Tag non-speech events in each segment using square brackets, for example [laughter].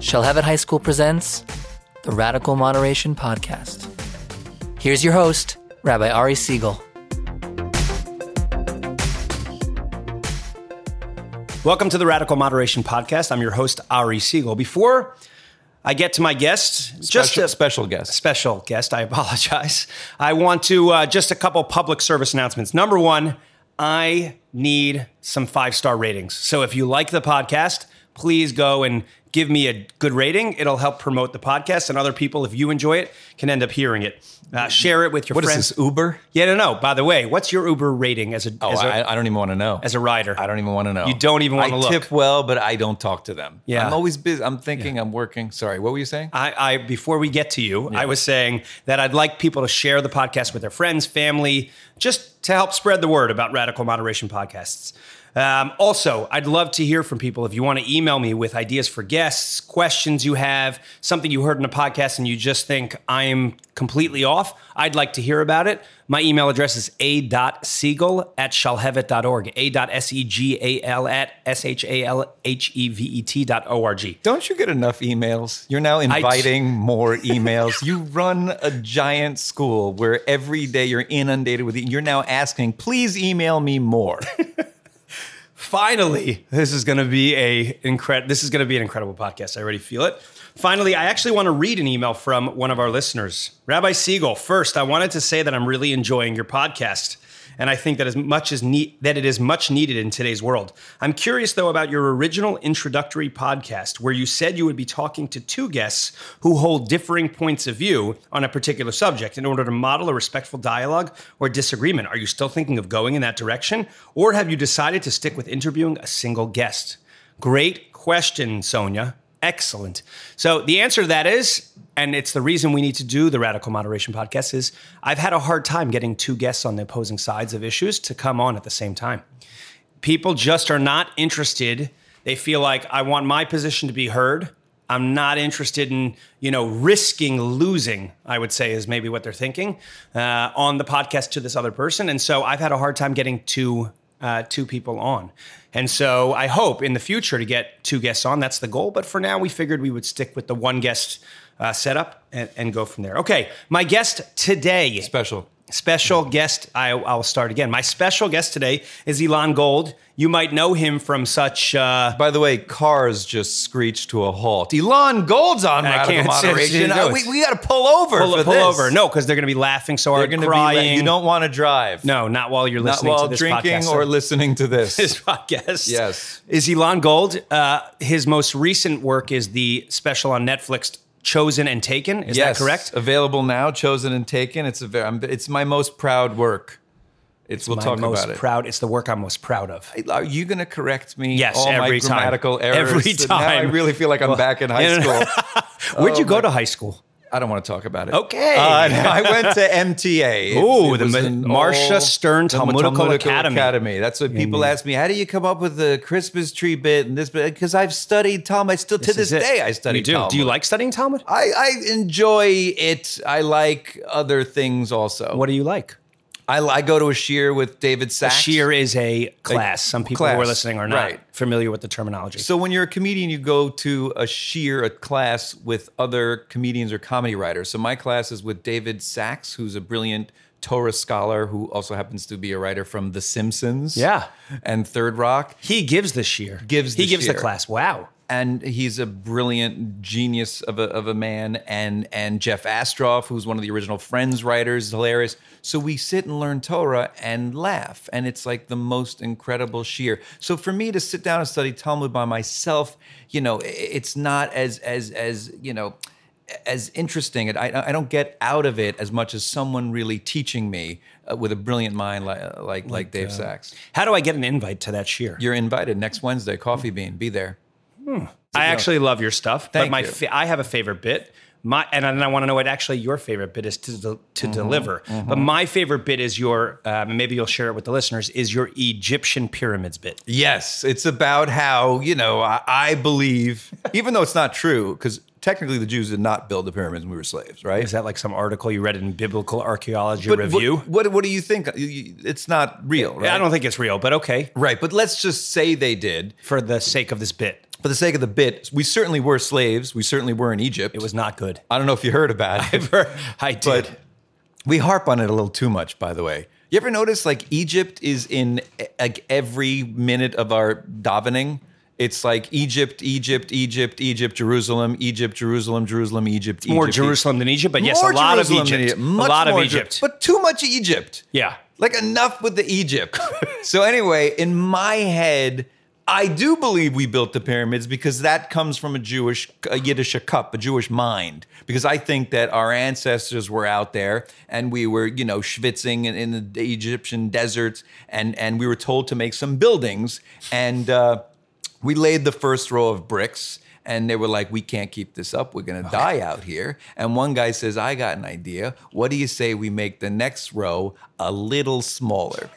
Shall Have It High School presents the Radical Moderation Podcast. Here's your host, Rabbi Ari Siegel. Welcome to the Radical Moderation Podcast. I'm your host, Ari Siegel. Before I get to my guest, just special, a special guest. special guest, I apologize. I want to uh, just a couple public service announcements. Number one, I need some five star ratings. So if you like the podcast, please go and give me a good rating. It'll help promote the podcast, and other people, if you enjoy it, can end up hearing it. Uh, share it with your What is friends. this Uber? Yeah, no, no. By the way, what's your Uber rating as a Oh, as a- I I, I don't even want to know. as a rider? I don't even want to know. You don't even wanna I look. tip well, but I don't talk to them. Yeah. I'm always busy. I'm thinking. I'm working. Sorry. What were you saying? I, I before we get to you, I was saying that I'd like people to share the podcast with their friends, family, just to help spread the word about radical moderation podcasts. Um, also, I'd love to hear from people if you want to email me with ideas for guests, questions you have, something you heard in a podcast and you just think I'm completely off. I'd like to hear about it. My email address is a.siegel at shalhevet.org, E a.s-e-g-a-l at E s-h-a-l-h-e-v-e-t dot o-r-g. don't you get enough emails? You're now inviting more emails. you run a giant school where every day you're inundated with. e- You're now asking, please email [laughs] me more. finally this is going to be a incredible this is going to be an incredible podcast i already feel it finally i actually want to read an email from one of our listeners rabbi siegel first i wanted to say that i'm really enjoying your podcast and i think that as much as ne- that it is much needed in today's world i'm curious though about your original introductory podcast where you said you would be talking to two guests who hold differing points of view on a particular subject in order to model a respectful dialogue or disagreement are you still thinking of going in that direction or have you decided to stick with interviewing a single guest? Great question, Sonia. Excellent. So the answer to that is, and it's the reason we need to do the Radical Moderation podcast, is I've had a hard time getting two guests on the opposing sides of issues to come on at the same time. People just are not interested. They feel like I want my position to be heard. I'm not interested in, you know, risking losing, I would say is maybe what they're thinking uh, on the podcast to this other person. And so I've had a hard time getting two uh, two people on. And so I hope in the future to get two guests on. That's the goal. But for now, we figured we would stick with the one guest uh, setup and, and go from there. Okay. My guest today, Special. special guest, I, I'll start again. My special guest today is Elon Gold. You might know him from such. Uh, By the way, cars just screeched to a halt. Elon Gold's on I radical can't- moderation. no, Uh, it's- we got to pull over. pull for pull this. over. No, because they're going to be laughing so They're hard, going to be. crying. la- You don't want to drive. No, not while you're Not listening while to this drinking podcast. or [laughs] listening to this. his podcast. Yes. Is Elon Gold. Uh, his most recent work is the special on Netflix, Chosen and Taken. Is that correct? Available now, chosen and taken. It's a very, it's my most proud work. It's, we'll My talk most about proud. It's the work I'm most proud of. it. Are you going to correct me? Yes, all every my time. grammatical errors. Every Now I time. really feel like I'm back in high [laughs] no, no, no. school. Oh, Where'd you go to high school? I don't want to talk about it. Okay. Uh, no, I went to [laughs] MTA. It- Ooh, it the was Ma- an Marcia all- Stern the Talmudical Academy. That's what people ask me. How do you come up with the Christmas tree bit and this bit? Because I've studied Talmud. I still to this, is it. day I You study do. Talmud. Do you like studying Talmud? I, I enjoy it. I like other things also. What do you like? I, I go to a shear with David Sachs. Sheer is a class. Some people who are class, listening are not right. familiar with the terminology. So when you're a comedian, you go to a sheer, a class with other comedians or comedy writers. So my class is with David Sachs, who's a brilliant Torah scholar who also happens to be a writer from The Simpsons. Yeah. And Third Rock. he gives the sheer. Gives he the gives the sheer. class. Wow. and he's a brilliant genius of a, of a man and and jeff astroff who's one of the original friends writers is hilarious so we sit and learn torah and laugh and it's like the most incredible sheer so for me to sit down and study talmud by myself you know i- it's not as as as you know as interesting and I, I don't get out of it as much as someone really teaching me uh, with a brilliant mind like like, like, dave sachs How do I get an invite to that sheer? you're invited next wednesday coffee bean be there I actually love your stuff, but Thank my you. fa- I have a favorite bit. My and then I want to know what actually your favorite bit is to del- to deliver. But my favorite bit is your uh, maybe you'll share it with the listeners is your Egyptian pyramids bit. Yes, it's about how, you know, I, [laughs] I believe, even though it's not true, because technically the Jews did not build the pyramids when we were slaves, right? Is that like some article you read in Biblical Archaeology But Review? What, what, what do you think? You- you- It's not real, right? I don't think it's real, but okay, Right, but let's just say they did. for the sake of this bit. for the sake of the bit, we certainly were slaves. We certainly were in Egypt. It was not good. I don't know if you heard about it. [laughs] I did. But we harp on it a little too much, by the way. You ever notice like Egypt is in e- like every minute of our davening? It's like Egypt, Egypt, Egypt, Egypt, Jerusalem, Egypt, Jerusalem, Jerusalem, Egypt, Egypt. more Egypt. Jerusalem than Egypt, but yes, More a lot Jerusalem of than Egypt. Much a lot of more Jer- Egypt. But too much Egypt. yeah. Like enough with the Egypt. [laughs] so anyway, in my head, I do believe we built the pyramids because that comes from a Jewish a Yiddish cup, a Jewish mind. Because I think that our ancestors were out there and we were, you know, schwitzing in, in the Egyptian deserts, and and we were told to make some buildings, and uh, we laid the first row of bricks. And they were like, we can't keep this up. We're going to die out here. And one guy says, I got an idea. What do you say we make the next row a little [laughs] smaller?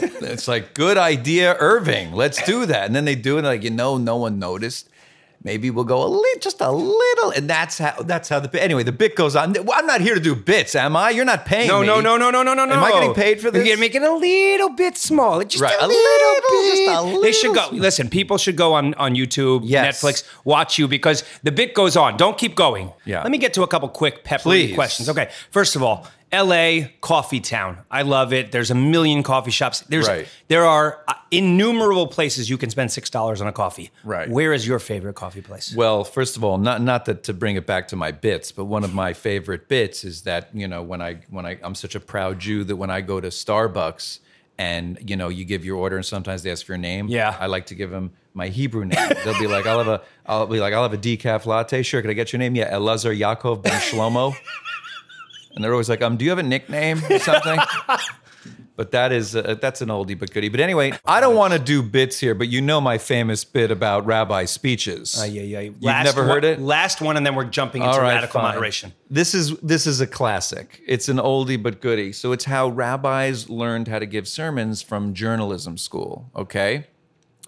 it's like, good idea, Irving. Let's do that. And then they do it. Like, you know, no one noticed. Maybe we'll go a little, just a little. And that's how, that's how the, bit- anyway, the bit goes on. Well, I'm not here to do bits, am I? You're not paying No, me. no, no, no, no, no, no, no. Am I getting paid for this? You're making it a little bit smaller. Just Right, a, a little, little, bit. just a they should go. little sm- Listen, people should go on, on YouTube, Yes. Netflix, watch you because the bit goes on. Don't keep going. Yeah. Let me get to a couple quick peppery Please. questions. Okay. First of all, LA coffee town. I love it. There's a million coffee shops. There's Right. there are uh, innumerable places you can spend six dollars on a coffee. Right. Where is your favorite coffee place? Well, first of all, not not that to bring it back to my bits, but one of my favorite bits is that you know when I when I I'm such a proud Jew that when I go to Starbucks and you know you give your order and sometimes they ask for your name. Yeah. I like to give them my Hebrew name. They'll be like, I'll have a I'll be like I'll have a decaf latte. Sure, can I get your name? Yeah, Elazar Yaakov Ben Shlomo. And they're always like, um, do you have a nickname or something? But that is uh, that's an oldie but goodie. But anyway, I don't want to do bits here, but you know my famous bit about rabbi speeches. Uh, yeah, yeah. You've never heard one, it? Last one, and then we're jumping into radical fine. moderation. This is this is a classic. It's an oldie but goodie. So it's how rabbis learned how to give sermons from journalism school. Okay,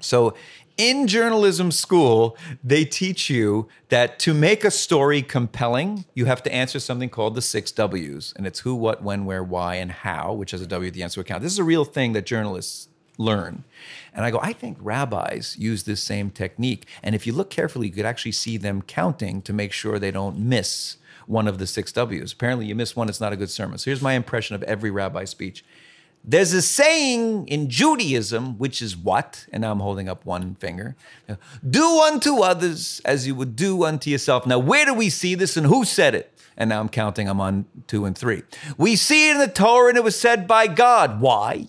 so in journalism school, they teach you that to make a story compelling, you have to answer something called the six W's, and it's who, what, when, where, why, and how, which has a W at the end, so it counts. This is a real thing that journalists learn. And I go, I think rabbis use this same technique. And if you look carefully, you could actually see them counting to make sure they don't miss one of the six W's. Apparently, you miss one, it's not a good sermon. So here's my impression of every rabbi speech. There's a saying in Judaism, which is what? And now I'm holding up one finger. Do unto others as you would do unto yourself. Now, where do we see this and who said it? And now I'm counting, I'm on two and three. We see it in the Torah and it was said by God. Why?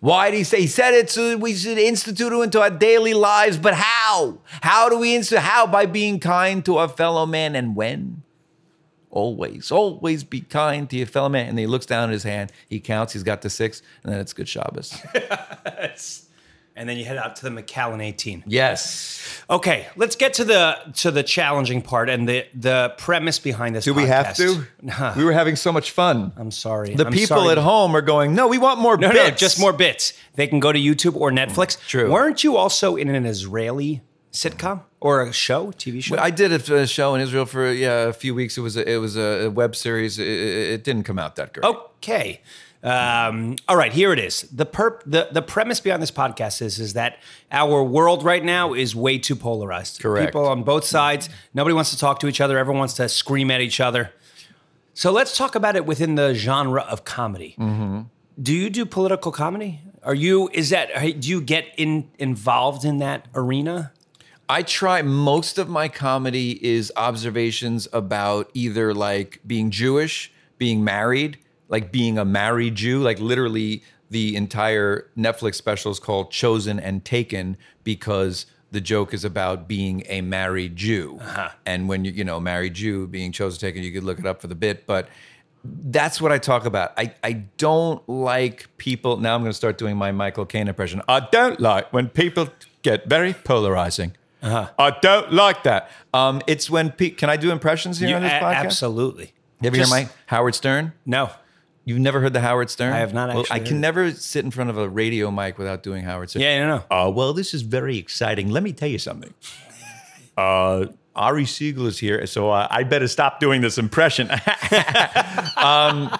Why did he say he said it so that we should institute it into our daily lives? But how? How do we institute? How? By being kind to our fellow man and when? always, always be kind to your fellow man. And he looks down at his hand, he counts, he's got the six, and then it's good [laughs] Shabbos. And then you head out to the McAllen 18. yes. Okay, let's get to the to the challenging part and the the premise behind this. Do we [laughs] have to? we were having so much fun. I'm sorry. the I'm people sorry. at home are going, no, we want more No, bits. no, just more bits. They can go to YouTube or Netflix. True. Weren't you also in an Israeli sitcom or a show, TV show? I did a, a show in Israel for yeah, a few weeks. It was a, it was a web series. It, it- it didn't come out that great. Okay. Um, all right, here it is. The perp the, the premise behind this podcast is is that our world right now is way too polarized. Correct. People on both sides, nobody wants to talk to each other, everyone wants to scream at each other. So let's talk about it within the genre of comedy. Mm-hmm. Do you do political comedy? Are you is that are- do you get in involved in that arena? I try most of my comedy is observations about either like being Jewish, being married, like being a married Jew, like literally the entire Netflix special is called Chosen and Taken because the joke is about being a married Jew. And when you you know, married Jew being chosen taken, you could look it up for the bit, but that's what I talk about. I, I don't like people. Now I'm going to start doing my Michael Caine impression. I don't like when people get very polarizing. Uh-huh. I don't like that. Um, it's when pe- can I do impressions here You- on this a- podcast? Absolutely. You ever hear Just- my Howard Stern? No. You've never heard the Howard Stern? I have not Well, I actually can heard it. never sit in front of a radio mic without doing Howard Stern. Yeah, no, no. Uh, well, this is very exciting. Let me tell you something. Uh, Ari [laughs] Siegel is here, so uh, I better stop doing this impression. um,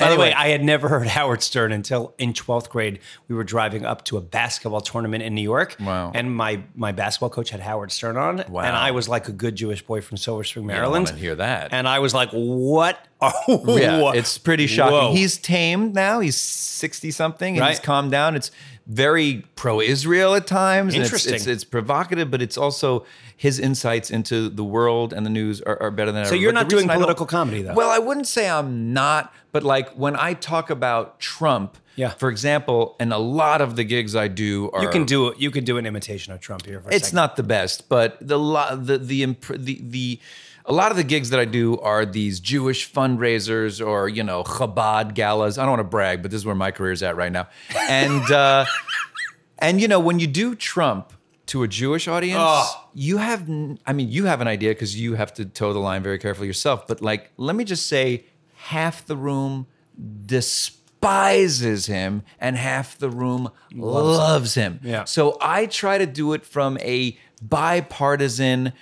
By the way, Anyway. I had never heard [laughs] Howard Stern until in 12th grade. We were driving up to a basketball tournament in New York. Wow. And my, my basketball coach had Howard Stern on. Wow. And I was like a good Jewish boy from Silver Spring, I Maryland. want to hear that. And I was like, what? Oh, [laughs] yeah, it's pretty shocking. Whoa. He's tamed now. He's sixty something, and he's Right. calmed down. It's very pro-Israel at times. and it's- Interesting. It's, it's, provocative, but it's also his insights into the world and the news are, are better than ever. so you're But the not doing reason I don't- political comedy, though. Well, I wouldn't say I'm not, but like when I talk about Trump, Yeah. for example, and a lot of the gigs I do are you can do you can do an imitation of Trump here. For a it's second. not the best, but the lo- the the, imp- the the a lot of the gigs that I do are these Jewish fundraisers or you know Chabad galas. I don't want to brag, but this is where my career is at right now. And uh, [laughs] and you know when you do Trump to a Jewish audience, Oh. you have n- I mean you have an idea because you have to toe the line very carefully yourself. But like, let me just say, half the room despises him, and half the room loves, him. Yeah. So I try to do it from a bipartisan.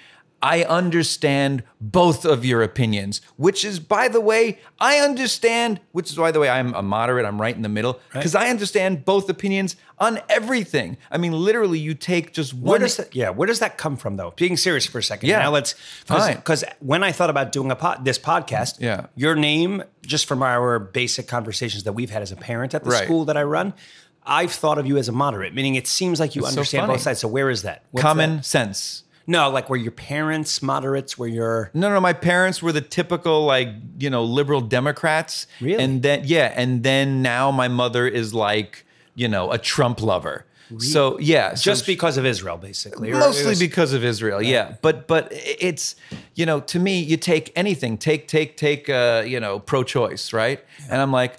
I understand both of your opinions, which is, by the way, I understand, which is, by the way, I'm a moderate, I'm right in the middle, because I understand both opinions on everything. I mean, literally, you take just one. Where does that, yeah? Where does that come from, though? Being serious for a second. Yeah. Now let's Fine. because when I thought about doing a pod, this podcast, Yeah. your name just from our basic conversations that we've had as a parent at the Right. school that I run, I've thought of you as a moderate, meaning it seems like you It's so understand funny. both sides. So where is that? What's common that? sense. No, like where your parents moderates, where your No, no, my parents were the typical like you know liberal Democrats. Really? And then yeah, and then now my mother is like you know a Trump lover. So yeah, so just because of Israel, basically. or it mostly was- because of Israel. Yeah, but but it's you know to me you take anything take take take uh, you know pro choice right, and I'm like.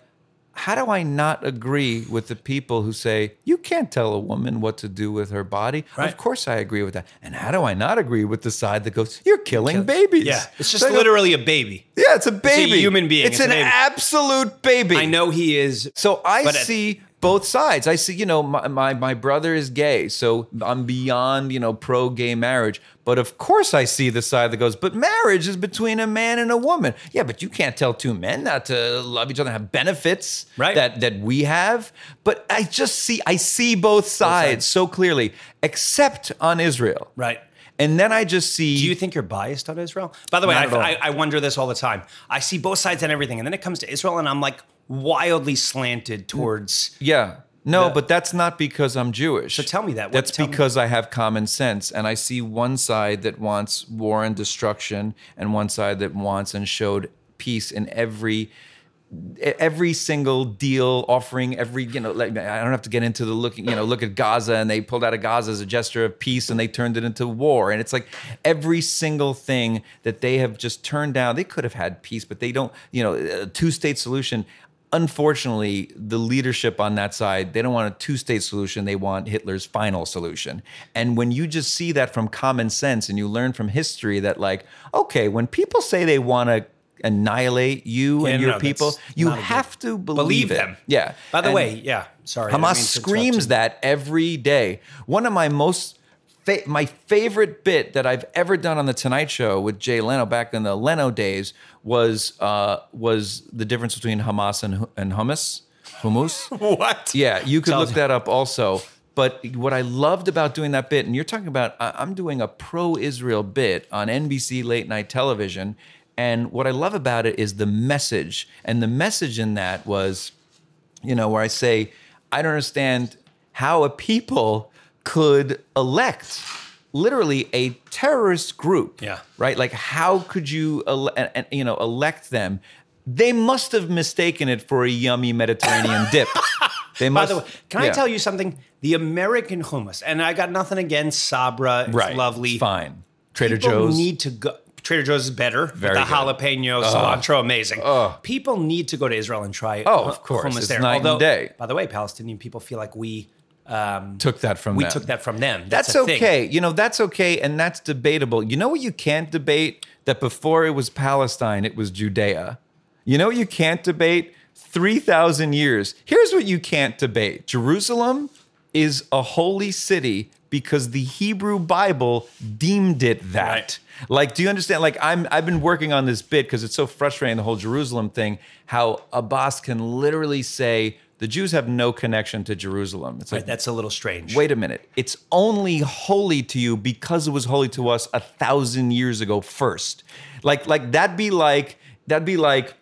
How do I not agree with the people who say you can't tell a woman what to do with her body? Right. Of course, I agree with that. And how do I not agree with the side that goes, "You're killing babies"? yeah, it's just So I go, literally a baby. yeah, it's a baby. human being. It's, It's a an baby. absolute baby. I know he is. So I But it- see both sides. I see, you know, my, my my brother is gay, so I'm beyond, you know, pro gay marriage. But of course, I see the side that goes, but marriage is between a man and a woman. Yeah, but you can't tell two men not to love each other and have benefits Right. that that we have. But I just see, I see both sides, sides. so clearly, except on Israel. Right. And then I just see. Do you think you're biased on Israel? By the way, Not I, at all. I, I wonder this all the time. I see both sides and everything, and then it comes to Israel, and I'm like wildly slanted towards. Yeah. No, The- but that's not because I'm Jewish. So tell me that. What- That's tell me- because I have common sense and I see one side that wants war and destruction and one side that wants and showed peace in every e-, every single deal offering every you know like i don't have to get into the looking you know look at gaza and they pulled out of gaza as a gesture of peace and they turned it into war and it's like every single thing that they have just turned down they could have had peace but they don't you know a two-state solution unfortunately the leadership on that side they don't want a two-state solution they want hitler's final solution and when you just see that from common sense and you learn from history that like okay when people say they want to annihilate you Yeah, and no, your no, people. that's You not a good- have to believe, Believe it. them. Yeah. By the And way, yeah. Sorry, I didn't mean Hamas to interrupt you. screams that every day. One of my most fa- my favorite bit that I've ever done on the Tonight Show with Jay Leno back in the Leno days was uh, was the difference between Hamas and hu- and hummus, hummus. [laughs] What? Yeah, you could Tells look that up also. But what I loved about doing that bit, and you're talking about, I- I'm doing a pro Israel bit on NBC late night television. And what I love about it is the message. And the message in that was, you know, where I say, I don't understand how a people could elect literally a terrorist group. Yeah. Right? Like, how could you, ele- and- and, you know, elect them? They must have mistaken it for a [laughs] yummy Mediterranean dip. They By must. the way, can I yeah. tell you something? The American hummus, and I got nothing against Sabra. It's Right. lovely. It's fine. Trader People Joe's. need to go. Trader Joe's is better. but Very the good. jalapeno cilantro, amazing. People need to go to Israel and try. Oh, hu- of course. hummus It's there. night and Although, day. By the way, Palestinian people feel like we um, took that from we them. took that from them. That's, a thing. okay. You know, that's okay. And that's debatable. You know what you can't debate? That before it was Palestine, it was Judea. You know what you can't debate? 3,000 years. Here's what you can't debate Jerusalem is a holy city because the Hebrew Bible deemed it that. Right. Like, do you understand? Like, I'm I've been working on this bit because it's so frustrating the whole Jerusalem thing. How Abbas can literally say the Jews have no connection to Jerusalem. It's like Right, that's a little strange. Wait a minute. It's only holy to you because it was holy to us a thousand years ago first. Like, like that'd be like that'd be like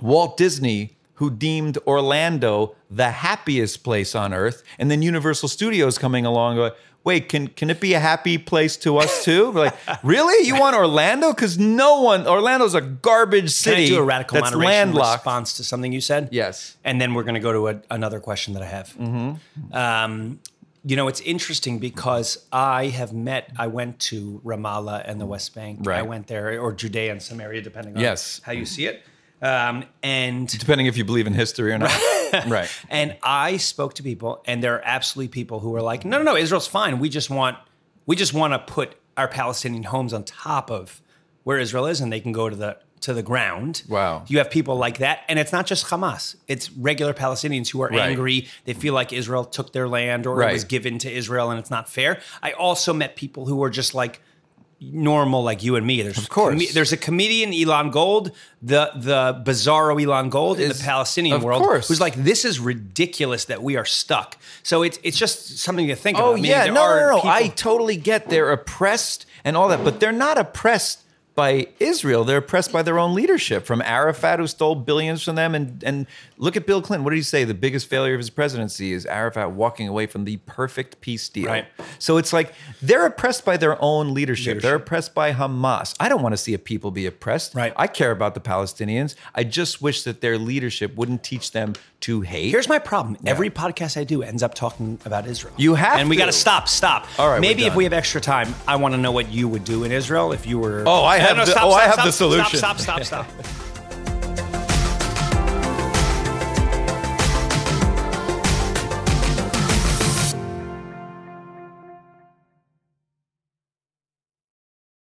Walt Disney, who deemed Orlando the happiest place on earth, and then Universal Studios coming along. Going, Wait, can can it be a happy place to [laughs] us too? We're like, really? You want Orlando? Because no one Orlando's a garbage Can city. I do a radical that's moderation landlocked. response to something you said? Yes. Mm-hmm. And then we're going to go to a, another question that I have. Um, you know, it's interesting because I have met, I went to Ramallah and the West Bank. I Right. went there, or Judea and Samaria, depending on Yes. how you see it. Um, and Depending if you believe in [laughs] history or not. right. and I spoke to people, and there are absolutely people who are like, no, no, no, Israel's fine. We just want, we just want to put our Palestinian homes on top of where Israel is, and they can go to the to the ground. Wow. You have people like that, and it's not just Hamas. It's regular Palestinians who are Right. angry. They feel like Israel took their land or it Right. was given to Israel, and it's not fair. I also met people who were just like normal like you and me. There's of course. there's a comedian Elon Gold, the the bizarro Elon Gold in the Is- Palestinian of world, course. who's like, this is ridiculous that we are stuck. So it's it's just something to think about. Oh Meaning yeah, there no, are no, no. people- I totally get they're oppressed and all that, but they're not oppressed by Israel. They're oppressed by their own leadership from Arafat, who stole billions from them, and and look at Bill Clinton. What did he say? The biggest failure of his presidency is Arafat walking away from the perfect peace deal. Right. So it's like they're oppressed by their own leadership. They're Leadership. oppressed by Hamas. I don't want to see a people be oppressed. Right. I care about the Palestinians. I just wish that their leadership wouldn't teach them to hate. Here's my problem. Every podcast I do ends up talking about Israel. You have and we to. got to stop, stop. All right, we're maybe if done. we have extra time, I want to know what you would do in Israel if you were. Oh, I No, have no, the- stop, oh, stop, I have stop, the solution. [laughs] Stop, stop, stop, stop.